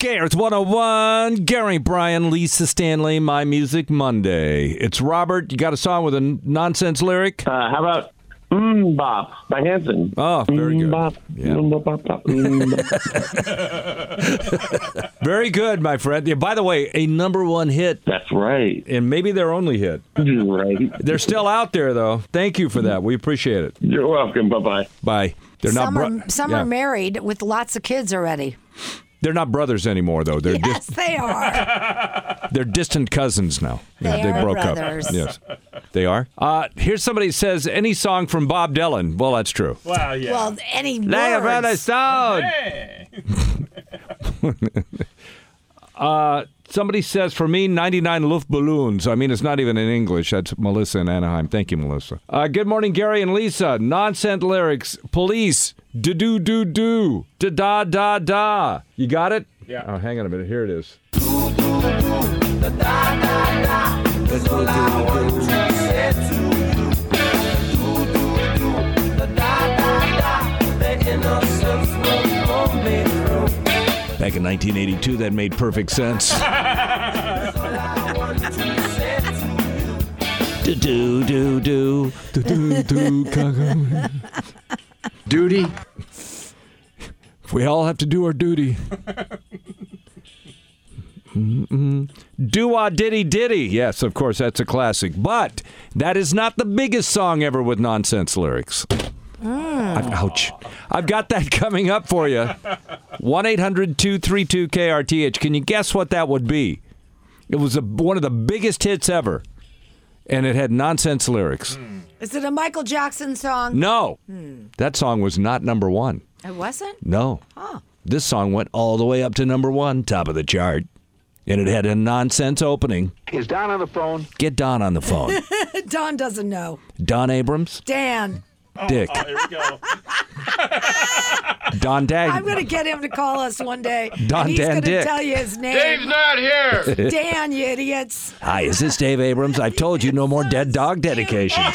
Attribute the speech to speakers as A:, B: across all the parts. A: Scares 101, Gary Bryan, Lisa Stanley, My Music Monday. It's Robert. You got a song with a n- nonsense lyric?
B: Uh, how about Mmm Bop by Hanson?
A: Oh, very good.
B: Mm, bop,
A: Yeah.
B: mm, bop, bop, bop, mm, bop.
A: Very good, my friend. Yeah, by the way, a number one hit,
B: That's right.
A: and maybe their only hit.
B: You're right.
A: They're still out there, though. Thank you for that. We appreciate it.
B: You're welcome. Bye bye.
A: Bye. They're
C: some
A: not.
C: are,
A: bro-
C: some
A: yeah.
C: are married with lots of kids already.
A: They're not brothers anymore, though. They're
C: Yes, they are.
A: dis- they're distant cousins now.
C: They are
A: broke
C: brothers.
A: up. Yes, they are. Uh, here's somebody who says any song from Bob Dylan. Well, that's true.
D: Wow, yeah.
C: well, any
A: Like a brother
C: words.
A: song.
D: Hey.
A: Uh, Somebody says, for me, 99 Luftballons. I mean, it's not even in English. That's Melissa in Anaheim. Thank you, Melissa. Uh, good morning, Gary and Lisa. Nonsense lyrics. Police. Do do do do. Da da da da. You got it?
D: Yeah.
A: Oh, hang on a minute. Here it is. Back in 1982, that made perfect sense. do do do do do do do. Duty. We all have to do our duty. Do a diddy diddy. Yes, of course, that's a classic. But that is not the biggest song ever with nonsense lyrics. I've- ouch. I've got that coming up for you. 1 800 232 KRTH. Can you guess what that would be? It was a, one of the biggest hits ever, and it had nonsense lyrics.
C: Is it a Michael Jackson song?
A: No, that song was not number one.
C: It wasn't.
A: No. This song went all the way up to number one, top of the chart, and it had a nonsense opening.
E: Is Don on the phone?
A: Get Don on the phone.
C: Uh, Don doesn't know.
A: Don Abrams,
C: Dan,
A: Dick,
D: Oh, here we go.
A: Don Dag.
C: I'm going to get him to call us one day.
A: Don
C: and he's
A: Dan
C: gonna
A: Dick.
C: tell you his name.
E: not here.
C: Dan, you idiots.
A: Hi, is this Dave Abrams? I told you no more dead dog dedications.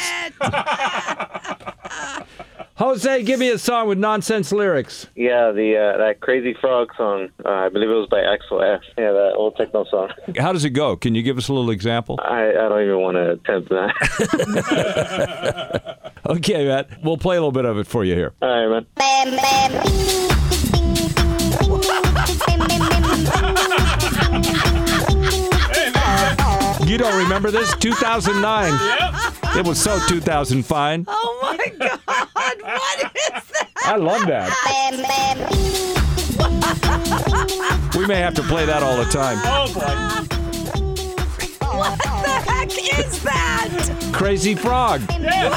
A: Jose, give me a song with nonsense lyrics.
F: Yeah, the uh, that Crazy Frog song. Uh, I believe it was by Axel F. Yeah, that old techno song.
A: How does it go? Can you give us a little example?
F: I, I don't even want to attempt that.
A: Okay, Matt, we'll play a little bit of it for you here.
F: All right, man.
G: Bam, bam.
A: You don't remember this? 2009. It was so 2005.
C: Oh my God! What is that?
A: I love that. We may have to play that all the time.
D: Oh, boy.
C: What the heck is that?
A: Crazy Frog.
D: Yeah.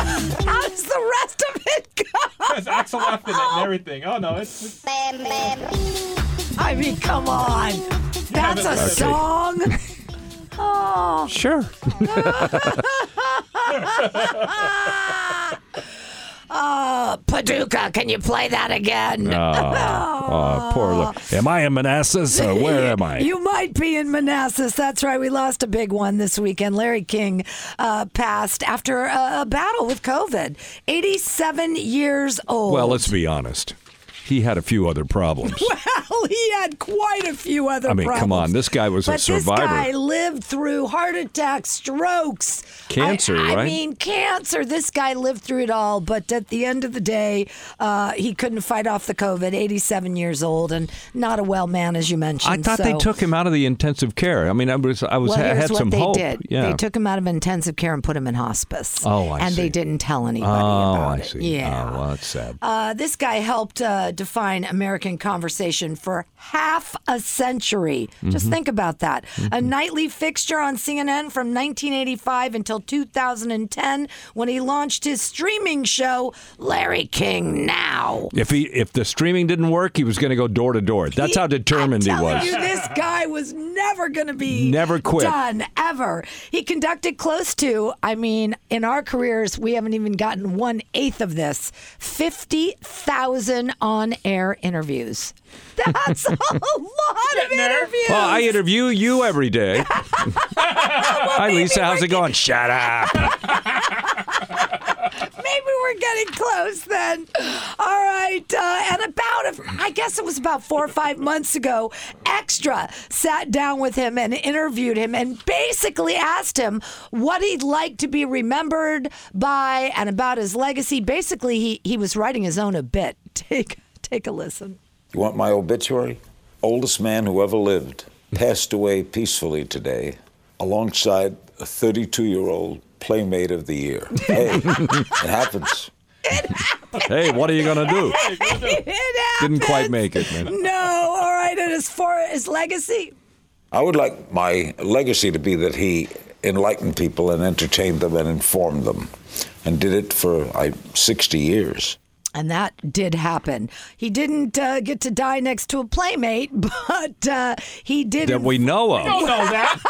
C: How does the rest of it go?
D: It's Axel F and everything. Oh, no. It's, it's-
C: I mean, come on. That's a song. Oh,
A: Sure.
C: uh, Paducah, can you play that again?
A: Uh, Oh, poor look. Am I in Manassas or where am I?
C: You might be in Manassas. That's right. We lost a big one this weekend. Larry King uh, passed after a, a battle with COVID. 87 years old.
A: Well, let's be honest. He had a few other problems.
C: Well, he had quite a few other
A: I mean,
C: problems.
A: come on. This guy was a
C: but
A: survivor.
C: This guy lived through heart attacks, strokes,
A: Cancer,
C: I, I
A: right?
C: mean, cancer. This guy lived through it all. But at the end of the day, uh, he couldn't fight off the COVID. 87 years old and not a well man, as you mentioned.
A: I thought they
C: So-
A: took him out of the intensive care. I mean, I was I was
C: Well,
A: I
C: here's
A: had
C: what
A: some
C: they
A: hope.
C: did.
A: Yeah.
C: They took him out of intensive care and put him in hospice.
A: Oh, I
C: And they
A: see.
C: didn't tell anybody
A: oh,
C: about
A: I
C: it.
A: see.
C: Yeah.
A: Oh, well, that's sad.
C: Uh, this guy helped uh, define American conversation for half a century. Just think about that. A nightly fixture on CNN from 1985 until 2010 when he launched his streaming show, Larry King Now.
A: if he if the streaming didn't work, he was going to go door to door. That's how determined he
C: I'm telling
A: was.
C: You, this guy was never going to be
A: Never quit.
C: done ever. He conducted close to, I mean, in our careers, we haven't even gotten one eighth of this. Fifty thousand on-air interviews. That's a lot of interviews.
A: Well, I interview you every day. Hi, Lisa. How's it going? Shut up.
C: Maybe we're getting pretty close then. All right. Uh, and about, I guess it was about four or five months ago, Extra sat down with him and interviewed him and basically asked him what he'd like to be remembered by and about his legacy. Basically, he, he was writing his own a bit. Take, take a listen.
G: You want my obituary? Oldest man who ever lived passed away peacefully today alongside a 32 year old playmate of the year. Hey, it happens.
A: Hey, what are you gonna do?
C: It
A: Didn't quite
C: happens.
A: make it, man.
C: No. All right. And as far as legacy,
G: I would like my legacy to be that he enlightened people and entertained them and informed them and did it for I, 60 years.
C: And that did happen. He didn't uh, get to die next to a playmate, but uh, he did.
A: That we know
D: I
A: of.
D: don't know that.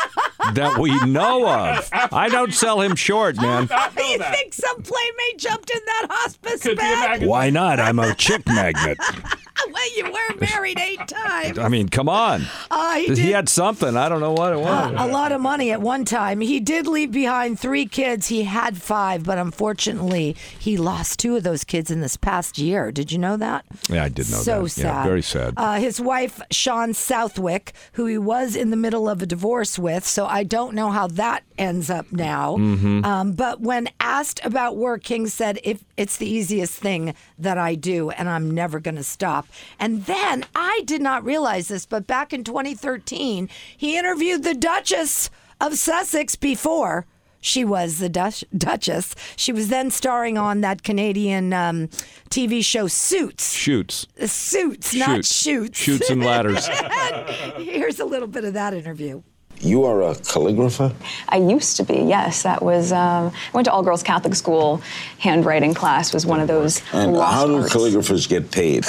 A: That we know of. I don't sell him short, man.
D: I don't know
C: you
D: that.
C: think some playmate jumped in that hospice
D: Could be a
C: bed?
D: magazine.
A: Why not? I'm a chick magnet.
C: well, you were married eight times.
A: I mean, come on.
C: Uh, he did. Uh,
A: He had something. I don't know what it was.
C: a lot of money at one time. He did leave behind three kids. He had five, but unfortunately, he lost two of those kids in this past year. Did you know that?
A: Yeah, I did know
C: so
A: that.
C: sad.
A: Yeah, very sad.
C: Uh, his wife, Sean Southwick, who he was in the middle of a divorce with, so I don't know how that ends up now.
A: Mm-hmm.
C: Um, but when asked about work, King said, "If it's the easiest thing that I do, and I'm never going to stop." And then I did not realize this, but back in 2013, he interviewed the Duchess of Sussex before. She was the Dush- Duchess. She was then starring on that Canadian um, TV show Suits.
A: Shoots.
C: Suits, not
A: Shoots.
C: shoots.
A: Shoots and ladders.
C: Here's a little bit of that interview.
G: You are a calligrapher?
H: I used to be, yes. That was, um, I went to all girls Catholic school. Handwriting class was one of those.
G: And
H: lost
G: how do
H: arts.
G: calligraphers get paid?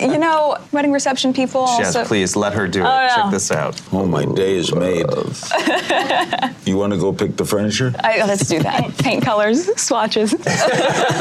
H: You know, wedding reception people
I: Yes,
H: also.
I: please let her do it.
H: Oh, yeah.
I: Check this out.
G: oh, my day is made. you want to go pick the furniture?
H: I, oh, let's do that. Paint colors, swatches.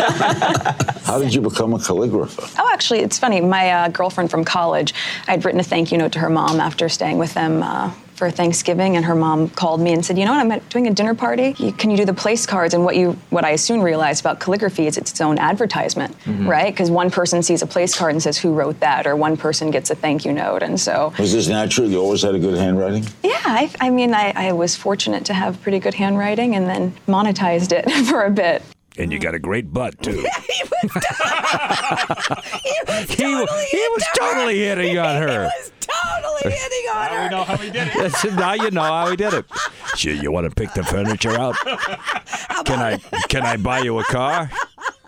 G: How did you become a calligrapher?
H: Oh, actually, it's funny. My uh, girlfriend from college, I'd written a thank you note to her mom after staying with them uh, for Thanksgiving, and her mom called me and said, "You know what? I'm at- doing a dinner party. You, can you do the place cards?" And what you, what I soon realized about calligraphy is it's its own advertisement, right? Because one person sees a place card and says, "Who wrote that?" or one person gets a thank you note, and so
G: Was this natural? You always had a good handwriting?
H: yeah. I, I mean, I, I was fortunate to have pretty good handwriting, and then monetized it for a bit.
A: And you got a great butt, too.
C: He was, he was
A: He,
C: totally
A: wa- he was
C: into her.
A: totally hitting on
C: He
A: her. Uh,
C: was totally hitting on
D: Now we know
C: her.
D: how he did it.
A: That's- now you know how he did it. Shit, you want to pick the furniture out? Can I can I buy you a car?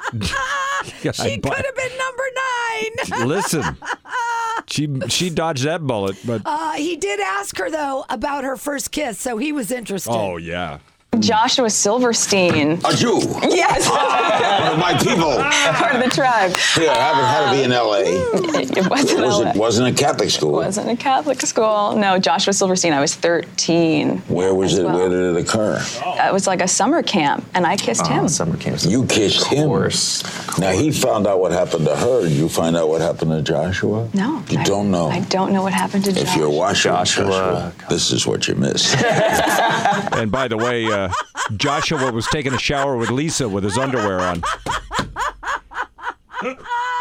A: Can I
C: She
A: buy-
C: could have been number nine.
A: Listen, she she dodged that bullet, but
C: Uh, he did ask her though about her first kiss, so he was interested.
A: oh yeah,
H: Joshua Silverstein,
G: A Jew!
H: yes,
G: One of my people!
H: part of the tribe.
G: Here, I haven't had to be in L.A.
H: It wasn't
G: Was
H: LA.
G: it wasn't a Catholic school?
H: wasn't a Catholic school. No, Joshua Silverstein. I was 13.
G: Where was
H: as
G: it?
H: well.
G: Where did it occur?
J: Oh.
H: It was like a summer camp, and I kissed
K: Ah,
H: him.
I: Oh, summer camp.
G: You kissed him.
I: Of course.
G: Now he found out what happened to her. Did you find out what happened to Joshua?
H: No,
G: you
H: I,
G: don't know.
H: I don't know what happened to
G: If
H: Josh.
G: you're watching Joshua,
I: Joshua.
G: this is what you missed.
A: And by the way, uh, Joshua was taking a shower with Lisa with his underwear on.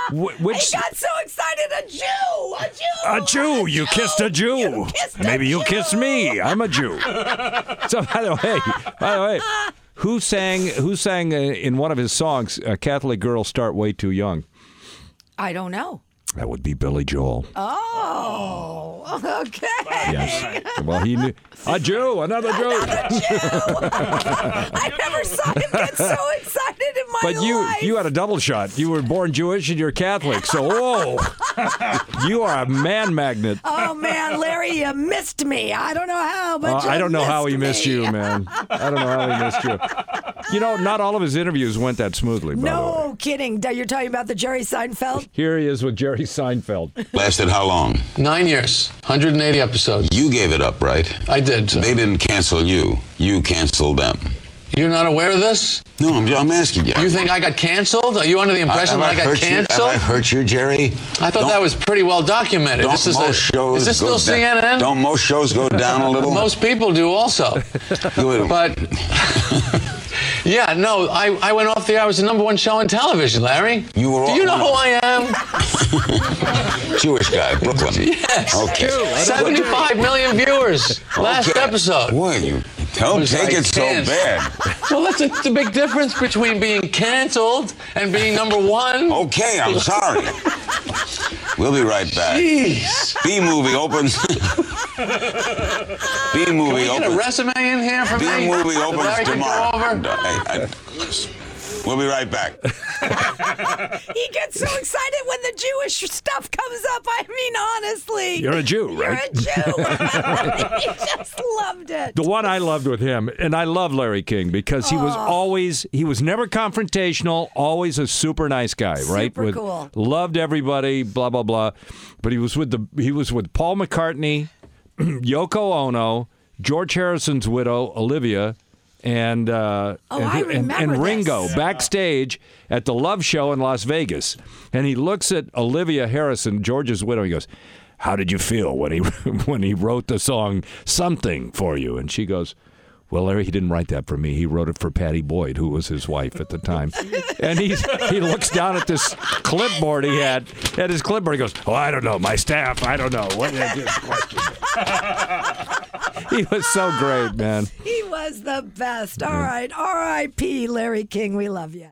A: Wh- Which
C: He got so excited, a Jew, a Jew,
A: a Jew? You kissed a Jew.
C: You kissed a
A: Maybe you
C: Jew.
A: kissed me. I'm a Jew. so by the way, by the way, who sang? Who sang uh, in one of his songs? Uh, Catholic girls start way too young.
C: I don't know.
A: That would be Billy Joel.
C: Oh, okay.
A: yes. Well, he knew a Jew, another Jew.
C: I never saw him get so excited in my
A: But you
C: life.
A: you had a double shot. You were born Jewish and you're Catholic. So whoa, you are a man magnet.
C: Oh man, Larry, you missed me. I don't know how, but
A: Uh,
C: you
A: I don't know how he
C: me.
A: missed you, man. I don't know how he missed you. You know, not all of his interviews went that smoothly. By the way.
C: No kidding. You're talking about the Jerry Seinfeld.
A: Here he is with Jerry Seinfeld.
K: Lasted how long?
J: Nine years, 180 episodes.
K: You gave it up, right?
J: I did. sir.
K: They didn't cancel you. You canceled them.
J: You're not aware of this?
K: No, I'm, I'm asking you.
J: You think I got canceled? Are you under the impression
K: Have
J: that I, got
K: hurt you? Have
J: canceled?
K: I hurt you, Jerry?
J: I thought
K: Don't-
J: that was pretty well documented.
K: Don't
J: This is
K: most
J: a-
K: shows
J: Is this
K: go
J: still
K: down-
J: CNN?
K: Don't most shows go down a little?
J: Most people do also.
K: Good.
J: But Yeah, no, I, I went off the air. I was the number one show on television, Larry.
K: You were
J: Do
K: off-
J: you know who I am?
K: Jewish guy, Brooklyn.
J: Yes.
K: Okay.
J: 75 million viewers last
K: Okay.
J: episode.
K: Boy, you don't
J: was
K: take
J: like
K: it so
J: 10.
K: bad.
J: Well, that's a, the big difference between being canceled and being number one.
K: Okay, I'm sorry. We'll be right back.
J: Jeez.
K: B movie opens. B
J: Can we
K: movie
J: get a
K: opens.
J: resume in here for
K: B
J: me?
K: movie
J: that
K: opens
J: Larry can go
K: tomorrow.
J: over?
K: I- I- we'll be right back.
C: He gets so excited when the Jewish stuff comes up. I mean, honestly.
A: You're a Jew,
C: You're
A: right?
C: a Jew. he just loved it.
A: The one I loved with him, and I love Larry King because he
C: Ah.
A: was always he was never confrontational, always a super nice guy, right?
C: Super
A: With-
C: cool.
A: Loved everybody, blah blah blah. But he was with the he was with Paul McCartney, Yoko Ono, George Harrison's widow Olivia, and uh,
C: Oh,
A: and,
C: I
A: who- and- and
C: remember
A: Ringo
C: this.
A: backstage at the Love Show in Las Vegas, and he looks at Olivia Harrison, George's widow, and he goes. How did you feel when he when he wrote the song "Something" for you? And she goes, "Well, Larry, he didn't write that for me. He wrote it for Patty Boyd, who was his wife at the time." and he he looks down at this clipboard he had at his clipboard. He goes, "Oh, I don't know. My staff. I don't know what." he was so great, man.
C: He was the best. All right. R.I.P. Larry King. We love you.